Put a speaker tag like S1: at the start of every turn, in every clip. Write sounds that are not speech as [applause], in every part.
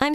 S1: I'm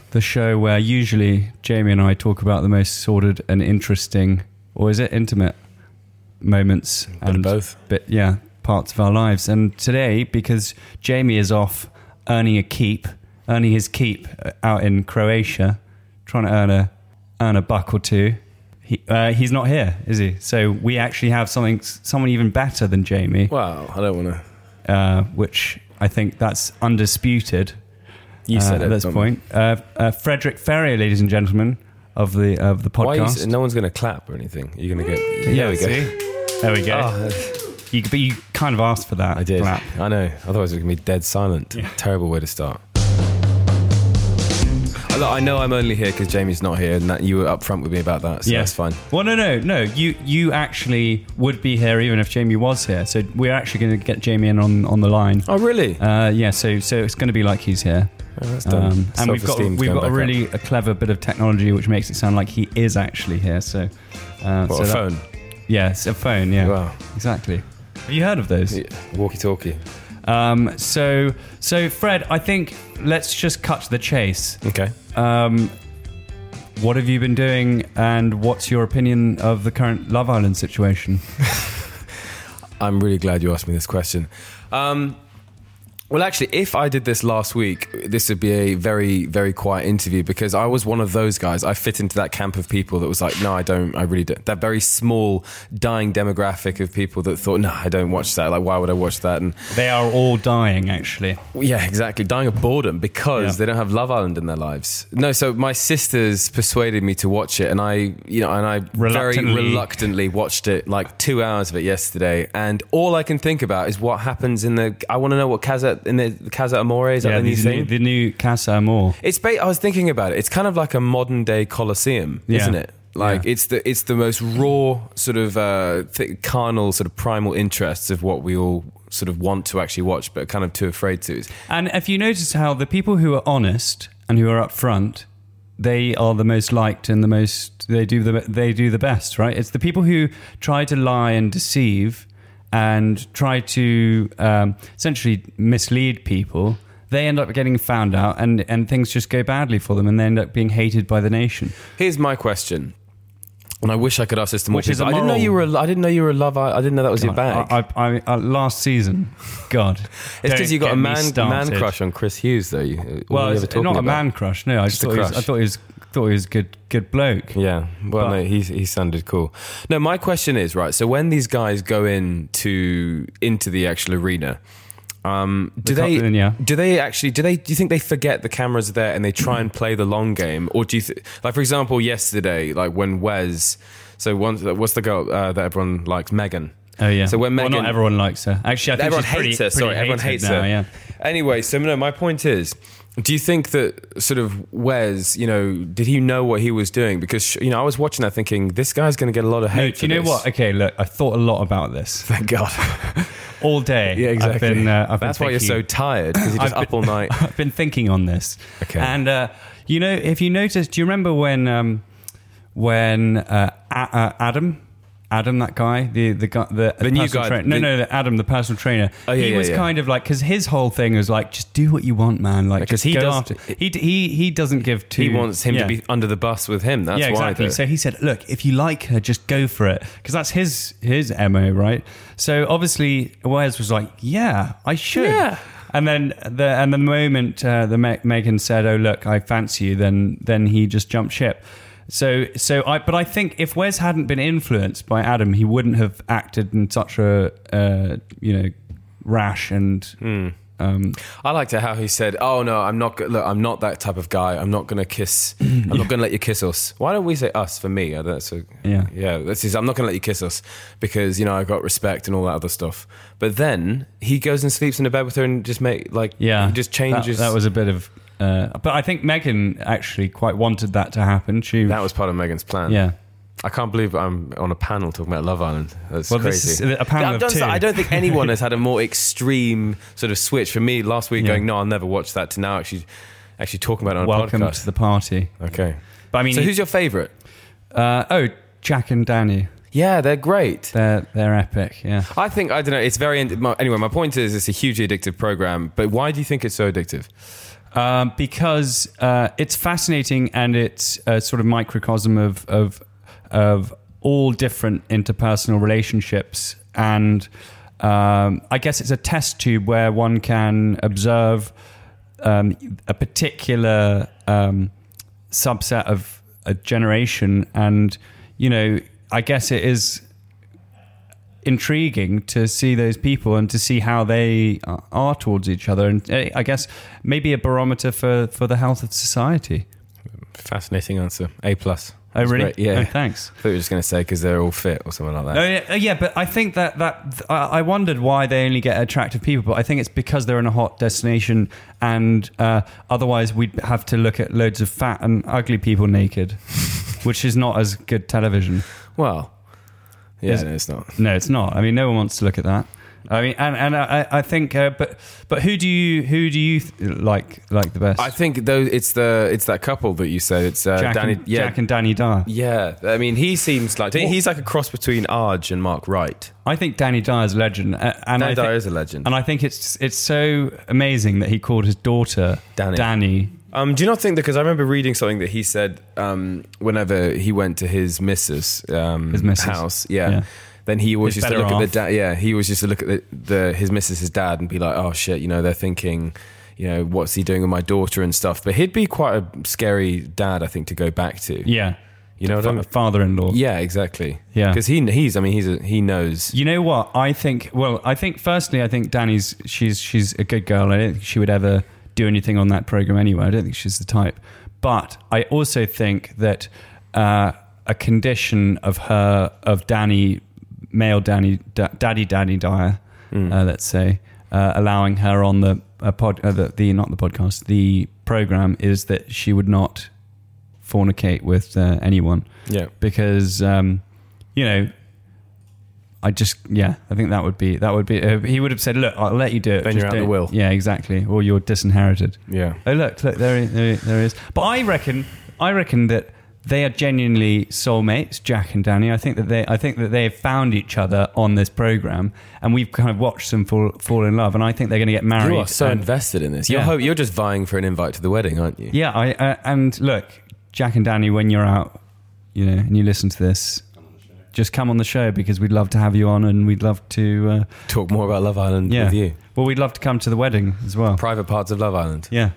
S2: the show where usually Jamie and I talk about the most sordid and interesting, or is it intimate, moments
S3: Bit of both.
S2: But yeah, parts of our lives. And today, because Jamie is off earning a keep, earning his keep uh, out in Croatia, trying to earn a earn a buck or two. He, uh, he's not here, is he? So we actually have something, someone even better than Jamie
S3: Wow, I don't want to.
S2: uh, which I think that's undisputed
S3: You
S2: uh,
S3: said it
S2: at this
S3: not me.
S2: point. Uh, uh, Frederick Ferrier, ladies and gentlemen, of the of the
S3: Why are you,
S2: podcast.
S3: s- no one's going to clap or anything. You're going to get.
S2: Yeah,
S3: there we go.
S2: see? There we go.
S3: Oh,
S2: You, but you kind of asked for that.
S3: I did.
S2: clap.
S3: I know. Otherwise, it can be dead silent. Terrible way to start. Uh, Look, I know I'm only here because Jamie's not here, and that you were upfront with me about that, so
S2: Yeah.
S3: that's fine.
S2: Well, no, no, no. You you actually would be here even if Jamie was here. So we're actually going to get Jamie in on, on the line.
S3: Oh, really? Oh,
S2: Uh, yeah. So so it's going to be like he's here. Um,
S3: that's done.
S2: and we've got
S3: Self-esteem's
S2: we've
S3: going
S2: got a
S3: back up.
S2: really a clever bit of technology which makes it sound like he is actually here. So, uh,
S3: What,
S2: so
S3: a
S2: that-
S3: phone?
S2: Yeah, it's a phone. Yeah,
S3: Wow.
S2: exactly. Have you heard of those?
S3: Walkie talkie.
S2: Um, so, so Fred, I think let's just cut to the chase.
S3: Okay.
S2: Um, what have you been doing, and what's your opinion of the current Love Island situation?
S3: I'm really glad you asked me this question. Um, well, actually, if I did this last week, this would be a very, very quiet interview because I was one of those guys. I fit into that camp of people that was like, no, I don't, I really don't. That very small, dying demographic of people that thought, no, I don't watch that. Like, why would I watch that? And
S2: They are all dying, actually.
S3: yeah, exactly. Dying of boredom because
S2: Yeah.
S3: they don't have Love Island in their lives. No, so my sisters persuaded me to watch it, and I, you know, and I
S2: Reluctantly.
S3: very reluctantly watched it, like two hours of it yesterday. And all I can think about is what happens in the. I want to know what Casa in the Casa Amore is. that the new
S2: the, new,
S3: thing?
S2: the new Casa Amor.
S3: It's. Ba- I was thinking about it. It's kind of like a modern day Colosseum,
S2: Yeah.
S3: isn't it? Like
S2: Yeah.
S3: it's the it's the most raw sort of uh, th- carnal sort of primal interests of what we all sort of want to actually watch, but are kind of too afraid to. It's-
S2: And if you notice how the people who are honest and who are upfront, they are the most liked and the most they do the they do the best, right? It's the people who try to lie and deceive and try to um, essentially mislead people. They end up getting found out, and and things just go badly for them, and they end up being hated by the nation.
S3: Here's my question, and I wish I could ask this to more
S2: Which is
S3: people. I
S2: a
S3: didn't know
S2: moral-
S3: you were. A, I didn't know you were a love. I, I didn't know that was your bag.
S2: I, I, I, uh, last season,
S3: [laughs]
S2: God,
S3: it's because
S2: don't
S3: you got
S2: get
S3: a
S2: me
S3: man man
S2: started.
S3: crush on Chris Hughes, though. You, what
S2: Well,
S3: were you
S2: it's
S3: ever
S2: not
S3: talking
S2: a
S3: about?
S2: man crush. No, I just
S3: a
S2: thought he was,
S3: crush.
S2: I thought he was thought he was a good good bloke.
S3: Yeah. Well,
S2: But-
S3: no, he he sounded cool. No, my question is right. So when these guys go in to into the actual arena, um, do
S2: The
S3: they
S2: cup- yeah.
S3: do they actually do they do you think they forget the cameras are there and they try
S2: Mm-hmm.
S3: and play the long game or do you th- like for example yesterday like when Wes so once what's the girl uh, that everyone likes Megan
S2: Oh yeah.
S3: so when
S2: well,
S3: Megan
S2: not everyone likes her. Actually, I think
S3: everyone
S2: she's
S3: hates
S2: pretty,
S3: her. Sorry,
S2: pretty
S3: everyone
S2: hated
S3: hates
S2: now,
S3: her.
S2: Yeah.
S3: Anyway, so no, my point is, Do you think that sort of Wes, you know, did he know what he was doing? Because you know, I was watching that thinking this guy's going to get a lot of hate.
S2: No, do you know
S3: for this. [laughs]
S2: what? Okay, look, I thought a lot about this
S3: Thank
S2: [laughs]
S3: God.
S2: all day.
S3: yeah, exactly.
S2: I've been, uh, I've been
S3: That's why you're so
S2: thinking-
S3: tired because you're just
S2: I've
S3: up all night.
S2: [laughs] I've been thinking on this.
S3: Okay.
S2: And uh, you know, if you notice, do you remember when um, when uh, A- uh, Adam, Adam, that guy, the the guy, the, the
S3: new
S2: personal
S3: guy,
S2: trainer- no,
S3: the-
S2: no, the Adam, the personal trainer.
S3: Oh, yeah,
S2: he
S3: yeah,
S2: was
S3: yeah.
S2: kind of like because his whole thing was like, just do what you want, man. Like,
S3: Because
S2: just
S3: he
S2: go
S3: does-
S2: after. He d- he he doesn't give two.
S3: He wants him
S2: Hmm. Yeah.
S3: to be under the bus with him. That's
S2: yeah,
S3: why.
S2: exactly.
S3: though.
S2: So he said, "Look, if you like her, just go for it," because that's his his mo, right? So obviously, Wes was like, "Yeah, I should."
S3: Yeah.
S2: And then the and the moment uh, the Me- Megan said, "Oh look, I fancy you," then then he just jumped ship. So so I but I think if Wes hadn't been influenced by Adam, he wouldn't have acted in such a uh, you know rash and
S3: Hmm.
S2: um,
S3: I liked it how he said, "Oh no, I'm not. go- Look, I'm not that type of guy. I'm not going to kiss. I'm not going to let you kiss us. Why don't we say us for me? I don't. So
S2: Yeah.
S3: yeah. This is. I'm not going to let you kiss us because you know I got respect and all that other stuff. But then he goes and sleeps in a bed with her and just make like
S2: Yeah,
S3: he just changes.
S2: That, that was a bit of, uh, but I think Megan actually quite wanted that to happen. She,
S3: [laughs] that was part of Megan's plan.
S2: yeah,
S3: I can't believe I'm on a panel talking about Love Island. That's
S2: Well, this
S3: crazy.
S2: is a panel
S3: I've
S2: of
S3: done
S2: two.
S3: so- I don't think anyone has had a
S2: [laughs]
S3: more extreme sort of switch. For me, last week going, no, I'll never watch that. To now actually, actually talking about it on
S2: welcome
S3: a
S2: to
S3: podcast.
S2: the party.
S3: okay.
S2: But I mean,
S3: so who's your favourite?
S2: uh, oh Jack and Danny?
S3: Yeah, they're great.
S2: They're they're epic. Yeah,
S3: I think I don't know. It's very my, anyway. My point is, it's a hugely addictive program. But why do you think it's so addictive?
S2: um, because uh, it's fascinating and it's a sort of microcosm of of of all different interpersonal relationships, and um, I guess it's a test tube where one can observe um, a particular um, subset of a generation, and you know, I guess it is intriguing to see those people and to see how they are- are towards each other and eh, i guess maybe a barometer for for the health of society
S3: Fascinating answer. A plus.
S2: oh
S3: It's
S2: really
S3: great. Yeah.
S2: Oh, thanks
S3: I thought you were just going to say because they're all fit or something like that.
S2: Oh, yeah, oh, yeah, but I think that that I I wondered why they only get attractive people, but I think it's because they're in a hot destination, and uh, otherwise we'd have to look at loads of fat and ugly people naked, [laughs] which is not as good television.
S3: Well, yeah,
S2: Is-
S3: no, it's not.
S2: No, it's not. I mean, no one wants to look at that. I mean, and and I, I think, uh, but but who do you who do you th- like like the best?
S3: I think though it's the it's that couple that you said. It's uh,
S2: Jack,
S3: Danny.
S2: and,
S3: yeah,
S2: Jack and Danny Dyer.
S3: yeah. I mean, he seems like he's like a cross between Arj and Mark Wright.
S2: I think Danny Dyer's a legend, uh, and
S3: Danny
S2: I think,
S3: Dyer is a legend.
S2: and I think it's it's so amazing that he called his daughter
S3: Danny.
S2: Danny.
S3: Um, do you not think that? Because I remember reading something that he said um, whenever he went to his missus, um,
S2: His missus.
S3: house. Yeah.
S2: Yeah.
S3: Then he always
S2: He's
S3: used to
S2: better
S3: look at the
S2: off.
S3: dad. Yeah, he always used to look at the, the his missus's dad and be like, "Oh shit, you know, they're thinking, you know, what's he doing with my daughter and stuff." But he'd be quite a scary dad, I think, to go back to.
S2: Yeah,
S3: You know what I mean?
S2: father-in-law.
S3: Yeah, exactly.
S2: Yeah.
S3: because he he's. I mean, he's a, he knows.
S2: You know what? I think. Well, I think. Firstly, I think Danny's. She's she's a good girl. I don't think she would ever do anything on that program anyway. I don't think she's the type. But I also think that uh, a condition of her of Danny, male Danny, da- daddy Danny Dyer, uh, let's say, uh, allowing her on the uh, pod, uh, the, the not the podcast, the program is that she would not fornicate with uh, anyone
S3: Yeah.
S2: because um, you know I just yeah I think that would be that would be uh, he would have said look I'll let you do it
S3: Then
S2: just
S3: you're out the
S2: don't-"
S3: will.
S2: yeah exactly or you're disinherited
S3: Yeah.
S2: oh look look there he- there, he- there he is but I reckon I reckon that they are genuinely soulmates Jack and Danny I think that they I think that they've found each other on this program and we've kind of watched them fall fall in love and I think they're going to get married
S3: You are so
S2: and-
S3: invested in this. You're,
S2: Yeah.
S3: ho- you're just vying for an invite to the wedding, aren't you?
S2: Yeah, I uh, and look, Jack and Danny, when you're out, you know, and you listen to this, just come on the show because we'd love to have you on, and we'd love to, uh,
S3: Talk more about Love Island
S2: yeah,
S3: with you.
S2: well, we'd love to come to the wedding as well.
S3: Private parts of Love Island.
S2: Yeah.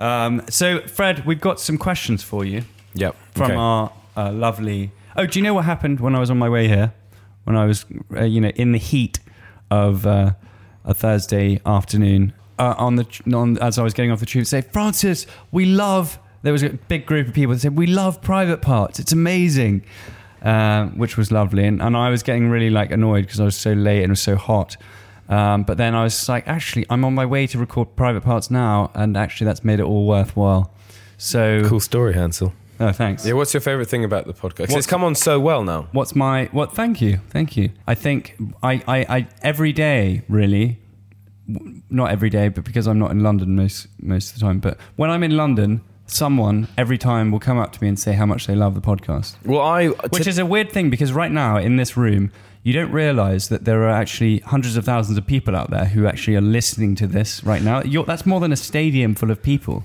S2: Um, so, Fred, we've got some questions for you
S3: Yep.
S2: from
S3: okay.
S2: our uh, lovely. Oh, do you know what happened when I was on my way here? When I was, uh, you know, in the heat of uh, a Thursday afternoon uh, on the tr- on, as I was getting off the tube, say, Francis, we love. There was a big group of people that said, "We love private parts. It's amazing," uh, which was lovely. And, and I was getting really like annoyed because I was so late and it was so hot. Um, but then I was like, actually, I'm on my way to record private parts now, and actually, that's made it all worthwhile. So,
S4: Cool story, Hansel.
S2: oh, thanks.
S3: Yeah, what's your favorite thing about the podcast? 'Cause
S2: What-
S3: It's come on so well now.
S2: What's my what? Thank you, thank you. I think I, I, I every day really, w- not every day, but because I'm not in London most most of the time. But when I'm in London, someone every time will come up to me and say how much they love the podcast,
S3: Well, I
S2: which is a weird thing because right now in this room. You don't realize that there are actually hundreds of thousands of people out there who actually are listening to this right now. You're, that's more than a stadium full of people.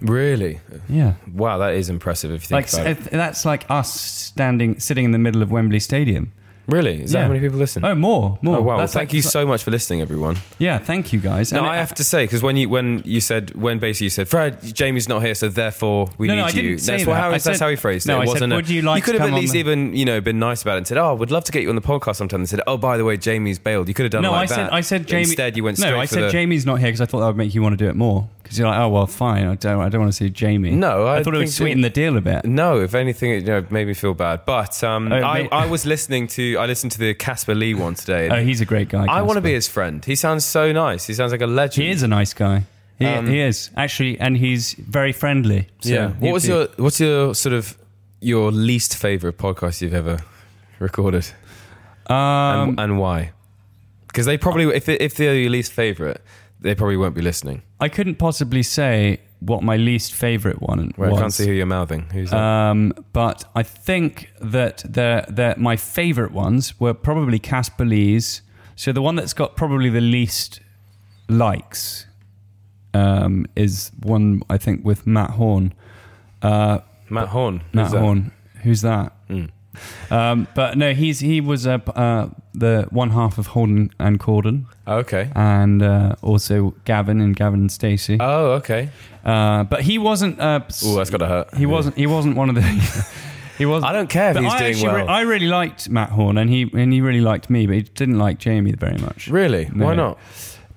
S3: really
S2: Yeah.
S3: wow. That is impressive if you think
S2: Like,
S3: about it.
S2: s- that's like us standing, sitting in the middle of Wembley Stadium.
S3: Really, is that
S2: Yeah.
S3: how many people listen?
S2: Oh, more, more.
S3: Oh, wow! Well,
S2: That's
S3: thank
S2: like-
S3: you so much for listening, everyone.
S2: Yeah, thank you guys.
S3: No,
S2: And
S3: I have to say because when you when you said when basically you said Fred, Jamie's not here, so therefore we
S2: No,
S3: need
S2: no, I
S3: you.
S2: didn't say
S3: that's what-
S2: that.
S3: how-
S2: I
S3: that's
S2: said-
S3: how he phrased it.
S2: no,
S3: it
S2: I said,
S3: wasn't a-
S2: "Would you like
S3: could
S2: to
S3: have
S2: come
S3: at
S2: on
S3: least
S2: the-"
S3: even you know been nice about it and said, "Oh, we'd love to get you on the podcast sometime." And said, "Oh, by the way, Jamie's bailed." You could have done
S2: No,
S3: like
S2: I said
S3: that.
S2: I said
S3: But
S2: Jamie.
S3: Instead, you went straight
S2: no. I
S3: for
S2: said
S3: the-
S2: Jamie's not here because I thought that would make you want to do it more because you're like, oh well, fine. I don't. I don't want to see Jamie.
S3: No, I
S2: thought it would
S3: think-
S2: sweeten the deal a bit.
S3: No, if anything, it you know, made me feel bad. But um,
S2: Oh,
S3: I,
S2: mate.
S3: I was listening to I listened to the Casper Lee one today.
S2: Oh, he's a great guy.
S3: I want to
S2: Casper.
S3: be his friend. He sounds so nice. He sounds like a legend.
S2: He is a nice guy. He,
S3: Um,
S2: he is actually, and he's very friendly. So
S3: yeah.
S2: he'd
S3: What was
S2: be-
S3: your What's your sort of your least favorite podcast you've ever recorded,
S2: Um,
S3: and, and why? Because they probably if they, if they're your least favorite, they probably won't be listening.
S2: I couldn't possibly say what my least favorite one
S3: Well,
S2: was.
S3: I can't see who you're mouthing. Who's that?
S2: Um, but I think that the, the, my favorite ones were probably Casper Lee's. So the one that's got probably the least likes um, is one I think with Matt Horn. Uh,
S3: Matt Horn. Who's
S2: Matt
S3: that?
S2: Horn, who's that?
S3: Mm.
S2: Um, but no, he's he was uh, p- uh, the one half of Holden and Corden,
S3: Oh, Okay.
S2: and uh, also Gavin and Gavin and Stacey.
S3: Oh, okay.
S2: Uh, but he wasn't. Uh, s-
S3: Oh, that's gotta hurt.
S2: he wasn't. He wasn't one of the. [laughs] he wasn't.
S3: I don't care if
S2: But
S3: he's
S2: I
S3: doing
S2: actually
S3: well.
S2: re- I really liked Matt Horn, and he and he really liked me, but he didn't like Jamie very much.
S3: Really?
S2: No.
S3: Why not?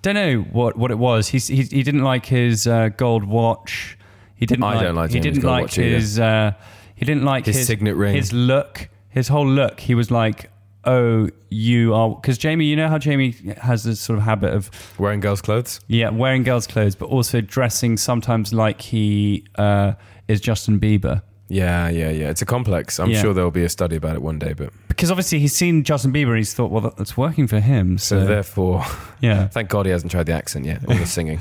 S2: Don't know what, what it was. He, he he didn't like his uh, gold watch. He didn't.
S3: I
S2: like,
S3: don't like
S2: He
S3: Jamie's
S2: didn't
S3: gold
S2: like
S3: watch either.
S2: his. Uh, he didn't like
S3: His signet ring.
S2: His look. His whole look. He was like, "Oh, you are." Because Jamie, you know how Jamie has this sort of habit of
S3: Wearing girls' clothes.
S2: yeah, wearing girls' clothes, but also dressing sometimes like he uh, is Justin Bieber.
S3: Yeah, yeah, yeah. It's a complex. I'm
S2: Yeah.
S3: sure there'll be a study about it one day, but
S2: because obviously he's seen Justin Bieber and he's thought, well, that's working for him.
S3: so
S2: So,
S3: therefore, [laughs]
S2: yeah.
S3: thank God he hasn't tried the accent yet
S2: [laughs]
S3: or the singing.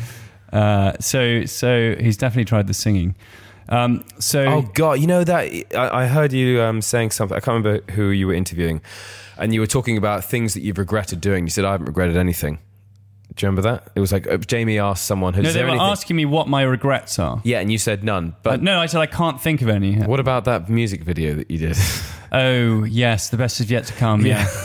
S2: Uh, so so he's definitely tried the singing. Um, so
S3: oh God, you know that I, I heard you um, saying something. I can't remember who you were interviewing, and you were talking about things that you've regretted doing. You said I haven't regretted anything. Do you remember that? It was like uh, Jamie asked someone, "Has
S2: no, they
S3: there
S2: were
S3: anything?"
S2: asking me what my regrets are.
S3: yeah, and you said none.
S2: Uh,
S3: But
S2: no, I said I can't think of any.
S3: what about that music video that you did? [laughs]
S2: Oh yes, the best is yet to come. Yeah. [laughs]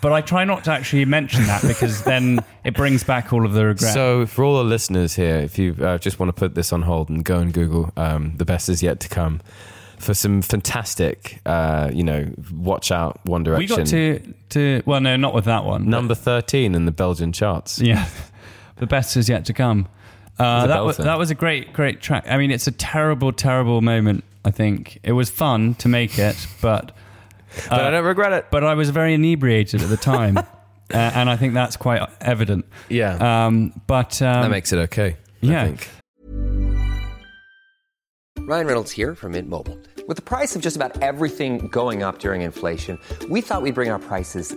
S2: But I try not to actually mention that because then it brings back all of the regrets.
S3: So, for all the listeners here, if you uh, just want to put this on hold and go and Google um, "the best is yet to come" for some fantastic, uh, you know, watch out One Direction.
S2: we got to to well, no, not with that one.
S3: number thirteen in the Belgian charts.
S2: Yeah, [laughs] the best is yet to come. Uh,
S3: It's a
S2: that, was,
S3: belter.
S2: that was a great, great track. I mean, it's a terrible, terrible moment. I think it was fun to make it, but
S3: But I don't regret it.
S2: but I was very inebriated at the
S3: [laughs]
S2: time, uh, and I think that's quite evident.
S3: Yeah,
S2: Um, but um,
S3: that makes it okay.
S2: yeah.
S3: I think.
S5: Ryan Reynolds here from Mint Mobile. With the price of just about everything going up during inflation, we thought we'd bring our prices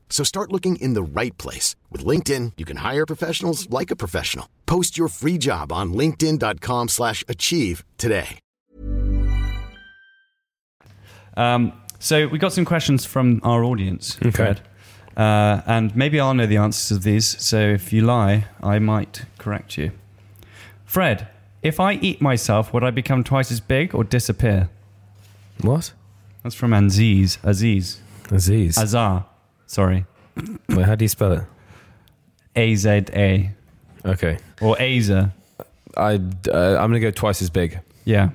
S6: So start looking in the right place. With LinkedIn, you can hire professionals like a professional. Post your free job on linkedin.com/achieve slash achieve today.
S2: Um, so we got some questions from our audience,
S3: Okay.
S2: Fred. Uh, and maybe I'll know the answers of these. So if you lie, I might correct you. Fred, if I eat myself, would I become twice as big or disappear?
S3: What?
S2: That's from Aziz. Aziz.
S3: Aziz.
S2: Azar. Sorry.
S3: Wait, how do you spell it?
S2: A Z A.
S3: Okay.
S2: Or Aza.
S3: I, uh, I'm going to go twice as big.
S2: Yeah.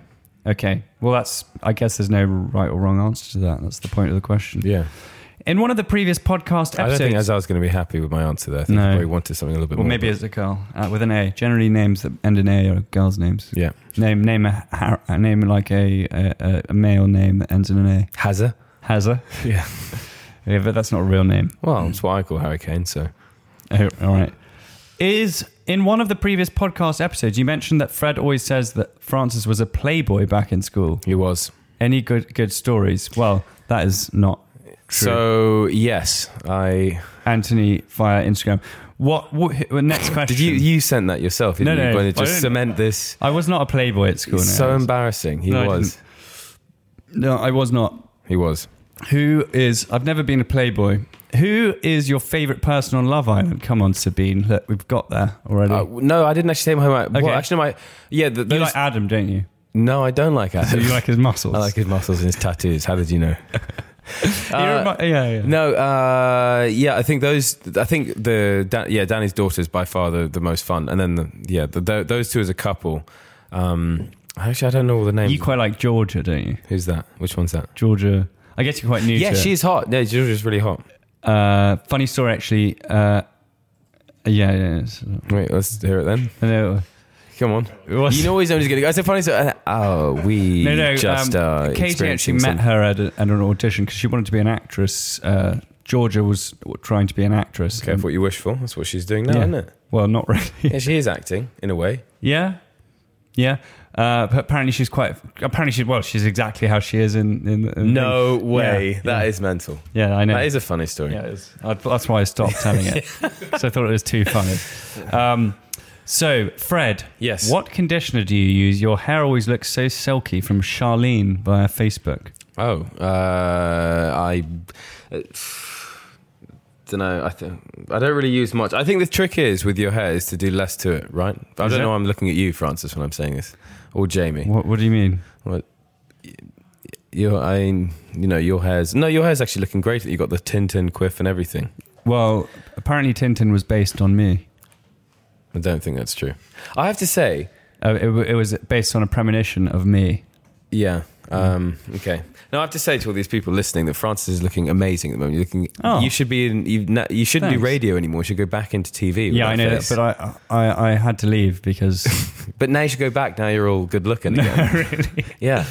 S2: Okay. Well, that's, I guess there's no right or wrong answer to that. That's the point of the question.
S3: Yeah.
S2: In one of the previous podcast episodes.
S3: I don't think Azar's going to be happy with my answer there. I think
S2: No.
S3: he probably wanted something a little bit
S2: Well,
S3: more.
S2: maybe it's a girl uh, with an A. Generally, names that end in A are girls' names.
S3: Yeah.
S2: Name name a, har- a name like a, a a male name that ends in an A.
S3: Hazza?
S2: Hazza.
S3: Yeah.
S2: [laughs] Yeah, but that's not a real name.
S3: Well, that's what I call Harry Kane, so.
S2: Oh, all right. Is in one of the previous podcast episodes you mentioned that Fred always says that Francis was a playboy back in school.
S3: He was.
S2: Any good good stories? Well, that is not
S3: So,
S2: true.
S3: yes, I.
S2: Anthony via Instagram. What, what next question?
S3: Did you you sent that yourself? Didn't
S2: No,
S3: you?
S2: no,
S3: Going to
S2: I
S3: just
S2: don't-
S3: cement this.
S2: I was not a playboy at school.
S3: It's
S2: no.
S3: so embarrassing. He
S2: No, I
S3: was.
S2: didn't. no, I was not.
S3: He was.
S2: Who is? I've never been a playboy. Who is your favorite person on Love Island? Come on, Sabine. Look, we've got there already.
S3: Uh, no, I didn't actually say my. my
S2: Okay.
S3: Well, actually, my. Yeah, the,
S2: you
S3: those,
S2: like Adam, don't you?
S3: no, I don't like
S2: So
S3: [laughs] Adam.
S2: you like his muscles?
S3: I like his muscles and his tattoos. How did you
S2: [laughs]
S3: know? Uh,
S2: You remi- yeah, yeah.
S3: No, uh, yeah, I think those. I think the da- yeah, Danny's daughter is by far the, the most fun, and then the, yeah, the, tho- those two as a couple. Um, actually, I don't know all the names.
S2: You quite like Georgia, don't you?
S3: Who's that? Which one's that?
S2: Georgia. I guess you're quite new.
S3: Yeah,
S2: to it.
S3: she's hot. Yeah, Georgia's really hot.
S2: Uh, funny story, actually. Uh, yeah, yeah. it's-
S3: Wait, let's hear it then.
S2: I know.
S3: Come on.
S2: What's-
S3: You know he's always going to go. It's so funny. So, oh, we
S2: No, no.
S3: just
S2: um,
S3: uh,
S2: Katie actually met her at, a, at an audition because she wanted to be an actress. Uh, Georgia was trying to be an actress.
S3: Careful what you wish for. That's what she's doing now,
S2: Yeah.
S3: Oh, isn't it?
S2: Well, not really. [laughs]
S3: Yeah, she is acting in a way.
S2: Yeah, yeah. Uh, but apparently she's quite. Apparently she's well. She's exactly how she is in. in, in
S3: No
S2: things.
S3: way.
S2: Yeah,
S3: That
S2: yeah.
S3: is mental.
S2: Yeah, I know.
S3: That is a funny story.
S2: Yeah, it is. I, that's why I stopped telling
S3: [laughs]
S2: it. so I thought it was too funny. Um, so Fred,
S3: Yes.
S2: What conditioner do you use? Your hair always looks so silky. From Charlene via Facebook.
S3: Oh, uh, I don't know. I think I don't really use much. I think the trick is with your hair is to do less to it, right? I
S2: Is
S3: don't
S2: it?
S3: know. why I'm looking at you, Francis, when I'm saying this, or Jamie.
S2: What What do you mean?
S3: What? Your, I, mean, you know, your hair's no, your hair's actually looking great. You got the Tintin quiff and everything.
S2: Well, apparently Tintin was based on me.
S3: I don't think that's true. I have to say,
S2: Uh, it, w- it was based on a premonition of me.
S3: yeah.
S2: Mm.
S3: Um, okay. Now I have to say to all these people listening that Francis is looking amazing at the moment. You're looking.
S2: Oh.
S3: You should be in. You, na- you shouldn't do
S2: Thanks.
S3: radio anymore. You should go back into TV. with
S2: Yeah, I know
S3: face.
S2: that, but I, I I had to leave because
S3: [laughs] But now you should go back. Now you're all good looking again.
S2: [laughs] really.
S3: yeah.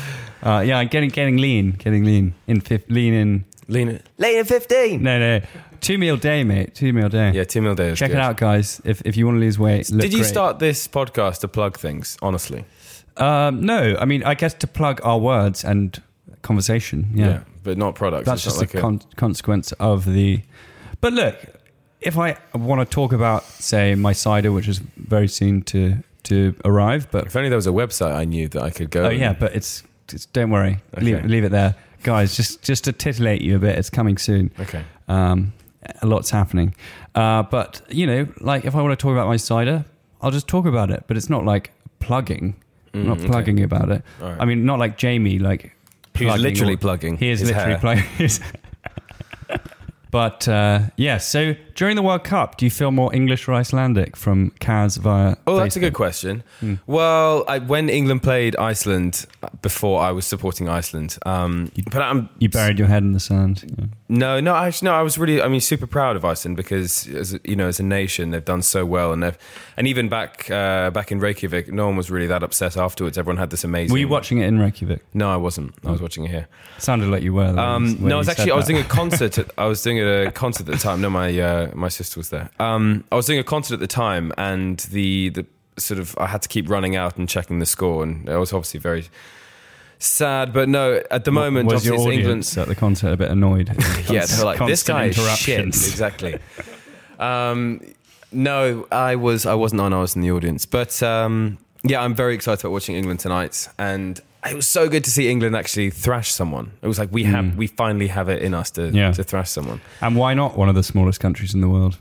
S2: Uh, yeah, I'm getting getting lean, getting lean in fif- lean in.
S3: Lena. Lena 15.
S2: No, no, two meal day, mate. Two meal day.
S3: Yeah, Tim Hill Day is
S2: check
S3: good.
S2: it out, guys. If if you want to lose weight, look
S3: Did you
S2: great.
S3: start this podcast to plug things, honestly?
S2: Um, no, I mean, I guess to plug our words and conversation. Yeah,
S3: But not products.
S2: that's
S3: It's
S2: just
S3: not
S2: a
S3: like
S2: con- consequence of the. But look, if I want to talk about, say, my cider, which is very soon to to arrive, but
S3: If only there was a website I knew that I could go.
S2: Oh
S3: and-
S2: yeah, but it's, it's don't worry,
S3: Okay.
S2: leave, leave it there, guys. Just just to titillate you a bit, it's coming soon.
S3: Okay.
S2: um, a lot's happening. Uh, but you know, like if I want to talk about my cider, I'll just talk about it. But it's not like plugging, I'm
S3: Mm,
S2: not plugging about it.
S3: right.
S2: I mean, not like Jamie, like
S3: Who's
S2: plugging
S3: literally
S2: all-
S3: plugging
S2: He is
S3: his
S2: literally
S3: hair.
S2: plugging. His, [laughs] but uh, yeah, so during the World Cup, do you feel more English or Icelandic from Kaz via?
S3: Oh, that's a
S2: Facebook?
S3: good question.
S2: Hmm.
S3: Well, I, when England played Iceland uh, before, I was supporting Iceland. Um, but I'm
S2: You buried your head in the sand. Yeah.
S3: No, no, actually, no. I was really, I mean, super proud of Iceland because, as a- you know, as a nation, they've done so well, and they've, and even back, uh, back in Reykjavik, no one was really that upset afterwards. Everyone had this amazing.
S2: Were you watching it in Reykjavik?
S3: No, I wasn't. I was watching it here.
S2: Sounded like you were. though,
S3: Um,
S2: when
S3: no, I was
S2: you
S3: actually,
S2: said
S3: I was
S2: that. [laughs]
S3: doing a concert. At, I was doing a, at a concert at the time. No, my uh, my sister was there. Um, I was doing a concert at the time, and the the sort of I had to keep running out and checking the score, and it was obviously very sad. But no, at the moment,
S2: was your
S3: obviously it's England.
S2: audience at the concert a bit annoyed?
S3: [laughs] yeah, they were like, this guy is shit.
S2: interruptions. [laughs]
S3: Exactly. um, no, I was I wasn't on. I was in the audience, but um, yeah, I'm very excited about watching England tonight, and it was so good to see England actually thrash someone. It was like we have we finally have it in us to
S2: Mm. Yeah.
S3: to thrash someone.
S2: And why not one of the smallest countries in the world?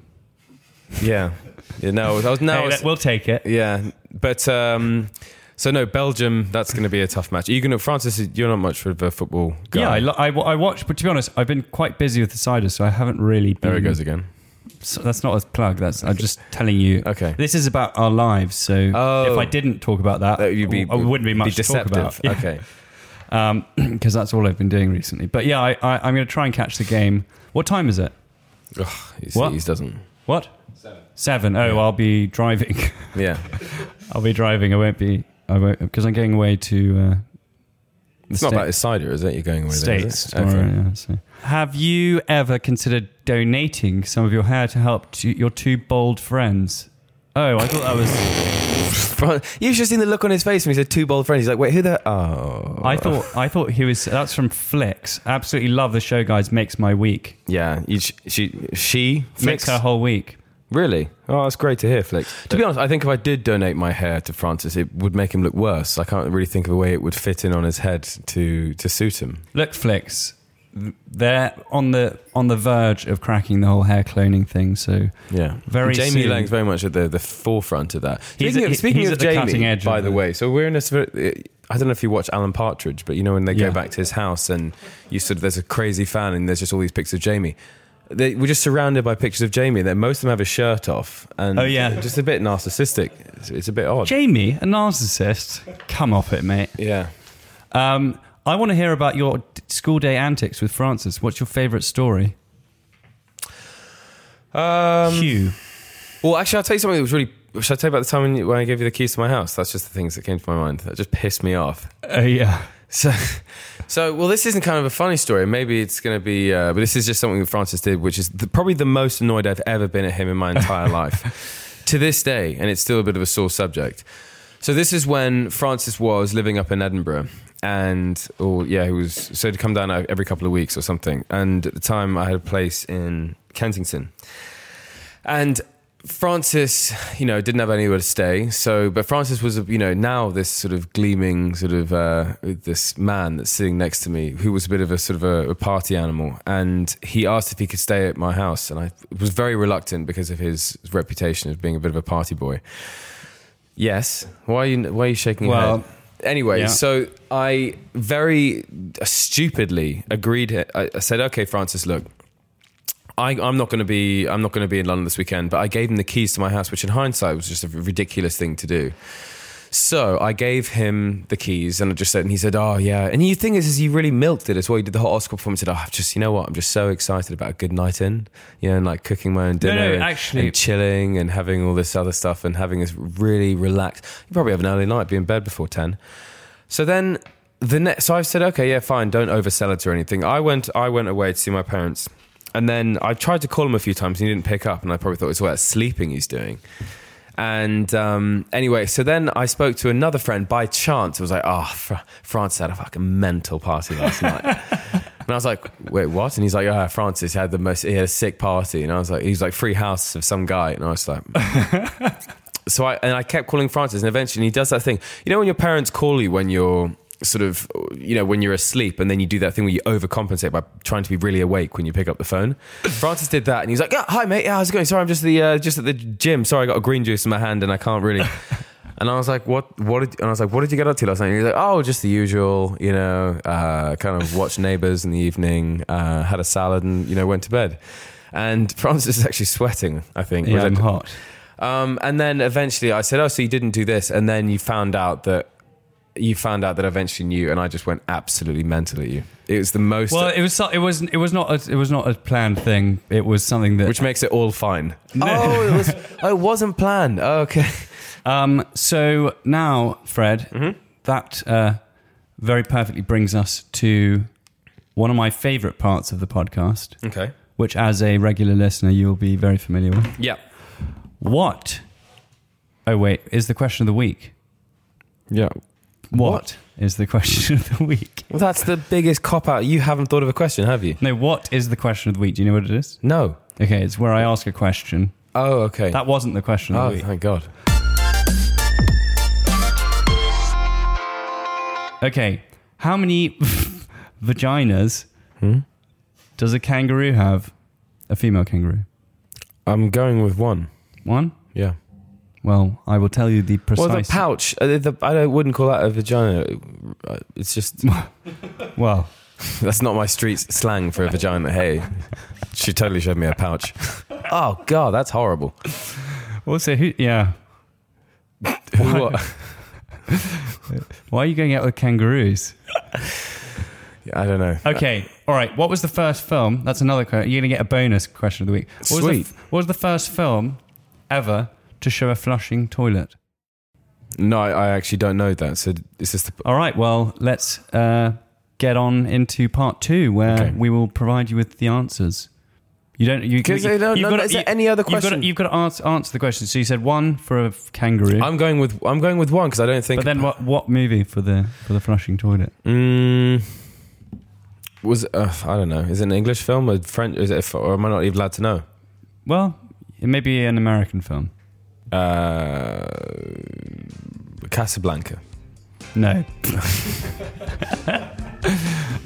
S3: Yeah, yeah. No, I was no. I
S2: Hey,
S3: was-
S2: we'll take it.
S3: yeah, but um, so no, Belgium. That's going to be a tough match. Are you going to Francis? You're not much of a football guy.
S2: Yeah, I, lo- I, wa- I watched, but to be honest, I've been quite busy with the cider, so I haven't really. Been,
S3: there it goes again.
S2: So that's not a plug. That's I'm just telling you.
S3: Okay.
S2: This is about our lives, so
S3: Oh.
S2: if I didn't talk about that,
S3: That you'd be
S2: Oh, I wouldn't be much to talk
S3: deceptive.
S2: about. [laughs] Yeah. [clears throat]
S3: Okay.
S2: um, because that's all I've been doing recently. But yeah, I, I, I'm going to try and catch the game. What time is it?
S3: Ugh, he
S2: What?
S3: sees, doesn't.
S2: What? Seven. Seven. Oh, I'll be driving. [laughs]
S3: Yeah.
S2: I'll be driving. I won't be. I won't because I'm going away to. Uh,
S3: It's
S2: Sta-
S3: not about his cider, is it? You're going with
S2: States.
S3: It, is it?
S2: tomorrow,
S3: Okay.
S2: yeah, so. Have you ever considered donating some of your hair to help to your two bold friends? Oh, I thought that was.
S3: Fran- You should have seen the look on his face when he said two bold friends. He's like, wait, who the? Oh, [laughs]
S2: I thought. I thought he was. That's from Flicks. Absolutely love the show, guys. Makes my week.
S3: yeah. You, sh- she, she
S2: Makes
S3: Flix?
S2: her whole week.
S3: Really? Oh, that's great to hear, Flick. To be honest, I think if I did donate my hair to Francis, it would make him look worse. I can't really think of a way it would fit in on his head to to suit him.
S2: Look, Flicks. th- They're on the on the verge of cracking the whole hair cloning thing. So
S3: Yeah,
S2: Very
S3: Jamie
S2: soon.
S3: Lang's very much at the, the forefront of that.
S2: He's
S3: speaking
S2: at-
S3: of,
S2: he-
S3: speaking
S2: he's
S3: of
S2: at the
S3: Jamie,
S2: cutting edge
S3: by
S2: of
S3: the
S2: it.
S3: way, so we're in a. sort of- eh, I don't know if you watch Alan Partridge, but you know when they
S2: Yeah.
S3: go back to his house and you sort of there's a crazy fan and there's just all these pictures of Jamie. They, we're just surrounded by pictures of Jamie. That most of them have a shirt off, and
S2: Oh, yeah.
S3: just a bit narcissistic. It's, it's a bit odd.
S2: Jamie, a narcissist, come off it, mate.
S3: yeah.
S2: Um, I want to hear about your d- school day antics with Francis. What's your favourite story?
S3: Um,
S2: Hugh.
S3: Well, actually, I'll tell you something that was really. Should I tell you about the time when, you, when I gave you the keys to my house? That's just the things that came to my mind. That just pissed me off.
S2: Oh yeah.
S3: So, [laughs] so well, this isn't kind of a funny story. Maybe it's going to be, uh, but this is just something that Francis did, which is the, probably the most annoyed I've ever been at him in my entire life to this day, and it's still a bit of a sore subject. So this is when Francis was living up in Edinburgh, and or yeah, he was so to come down every couple of weeks or something. And at the time, I had a place in Kensington, and Francis, you know, didn't have anywhere to stay. So, but Francis was, you know, now this sort of gleaming sort of uh, this man that's sitting next to me, who was a bit of a sort of a, a party animal, and he asked if he could stay at my house, and I was very reluctant because of his reputation as being a bit of a party boy. Yes. Why are you Why are you shaking your
S2: Well,
S3: head? Anyway,
S2: yeah.
S3: so I very stupidly agreed. I, I said, "Okay, Francis, look, I, I'm not going to be I'm not going to be in London this weekend, but I gave him the keys to my house, which in hindsight was just a ridiculous thing to do. So I gave him the keys, and I just said, and he said, "Oh yeah." And the thing is, is he really milked it as well. He did the whole Oscar performance. He Said, "Oh, I've just you know what? I'm just so excited about a good night in, you know, and like cooking my own dinner,
S2: no,
S3: and,
S2: actually-
S3: and chilling, and having all this other stuff, and having this really relaxed. You probably have an early night, be in bed before ten. So then the next, so I said, okay, yeah, fine, don't oversell it or anything. I went, I went away to see my parents, and then I tried to call him a few times, and he didn't pick up, and I probably thought it's well, it's sleeping he's doing. And um, anyway, so then I spoke to another friend by chance. It was like, oh, Fr- Francis had a fucking mental party last night. And I was like, wait, what? And he's like, oh, Francis had the most, he had a sick party. And I was like, he was like free house of some guy. And I was like, so I and I kept calling Francis, and eventually he does that thing. You know when your parents call you when you're sort of you know when you're asleep and then you do that thing where you overcompensate by trying to be really awake when you pick up the
S2: [laughs]
S3: phone francis did that and he's like yeah, hi mate yeah, how's it going sorry i'm just the uh, just at the gym sorry i got a green juice in my hand and i can't
S2: [laughs]
S3: really and i was like what what did and i was like what did you get up to last night and he's like oh just the usual you know uh, kind of watched neighbors in the evening uh, had a salad and you know went to bed and francis is actually sweating i think
S2: Yeah,
S3: which I-
S2: I'm hot.
S3: um, and then eventually I said, "Oh, so you didn't do this?" And then you found out that you found out that I eventually knew, and I just went absolutely mental at you. It was the most,
S2: Well, it was so- it was it was not a, it was not a planned thing. It was something
S3: [laughs]
S2: that
S3: which makes it all fine. Oh, it was.
S2: [laughs]
S3: oh, it wasn't planned. Oh, okay.
S2: Um, so now, Fred, that uh, very perfectly brings us to one of my favourite parts of the podcast,
S3: Okay.
S2: which as a regular listener, you'll be very familiar with.
S3: Yeah.
S2: What? Oh, wait, is the question of the week.
S3: Yeah.
S2: what? is the question of the week?
S3: Well, that's the biggest cop out. You haven't thought of a question, have you?
S2: No, what is the question of the week? Do you know what it is?
S3: No.
S2: Okay, it's where I ask a question.
S3: Oh, okay.
S2: That wasn't the question of
S3: oh,
S2: the week.
S3: thank God.
S2: Okay, how many [laughs] vaginas does a kangaroo have? A female kangaroo.
S3: I'm going with one.
S2: One?
S3: Yeah.
S2: Well, I will tell you the precise.
S3: Well, the pouch. uh, the- I don't- wouldn't call that a vagina. Uh, It's [laughs] just
S2: Well,
S3: that's not my street slang for a vagina. Hey, she totally showed me a pouch. Oh God, that's horrible.
S2: also, who, yeah.
S3: What?
S2: [laughs] Why are you going out with kangaroos?
S3: I don't know.
S2: Okay, all right. What was the first film? That's another question. You're going to get a bonus question of the week. What Was the,
S3: Sweet.
S2: f- what was the first film ever to show a flushing toilet?
S3: No, I, I actually don't know that. So is this the?
S2: All right, well, let's uh, get on into part two where
S3: Okay.
S2: we will provide you with the answers. You don't. You,
S3: 'Cause
S2: you-
S3: I don't
S2: you've
S3: know-
S2: gotta-
S3: is there any other
S2: You've got
S3: question?
S2: to, you've got to answer, answer the question. So you said one for a f- kangaroo,
S3: I'm going with I'm going with one because I don't think.
S2: but then what? What movie for the for the flushing toilet?
S3: Mm, was uh, I don't know. Is it an English film or French? Is it, or am I not even allowed to know?
S2: Well, it may be an American film.
S3: Uh, Casablanca.
S2: No. [laughs]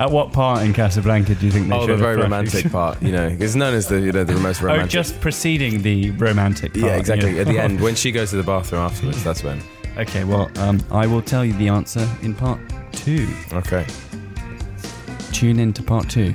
S2: At what part in Casablanca do you think they
S3: oh,
S2: showed
S3: the
S2: a
S3: very
S2: flushing-
S3: romantic part. You know, it's known as the you know the most
S2: [laughs] Oh,
S3: romantic.
S2: just preceding the romantic part.
S3: yeah, exactly.
S2: yeah.
S3: At the end, when she goes to the bathroom afterwards, that's when.
S2: [laughs] okay, well, um, I will tell you the answer in part two.
S3: Okay.
S2: Tune in to part two.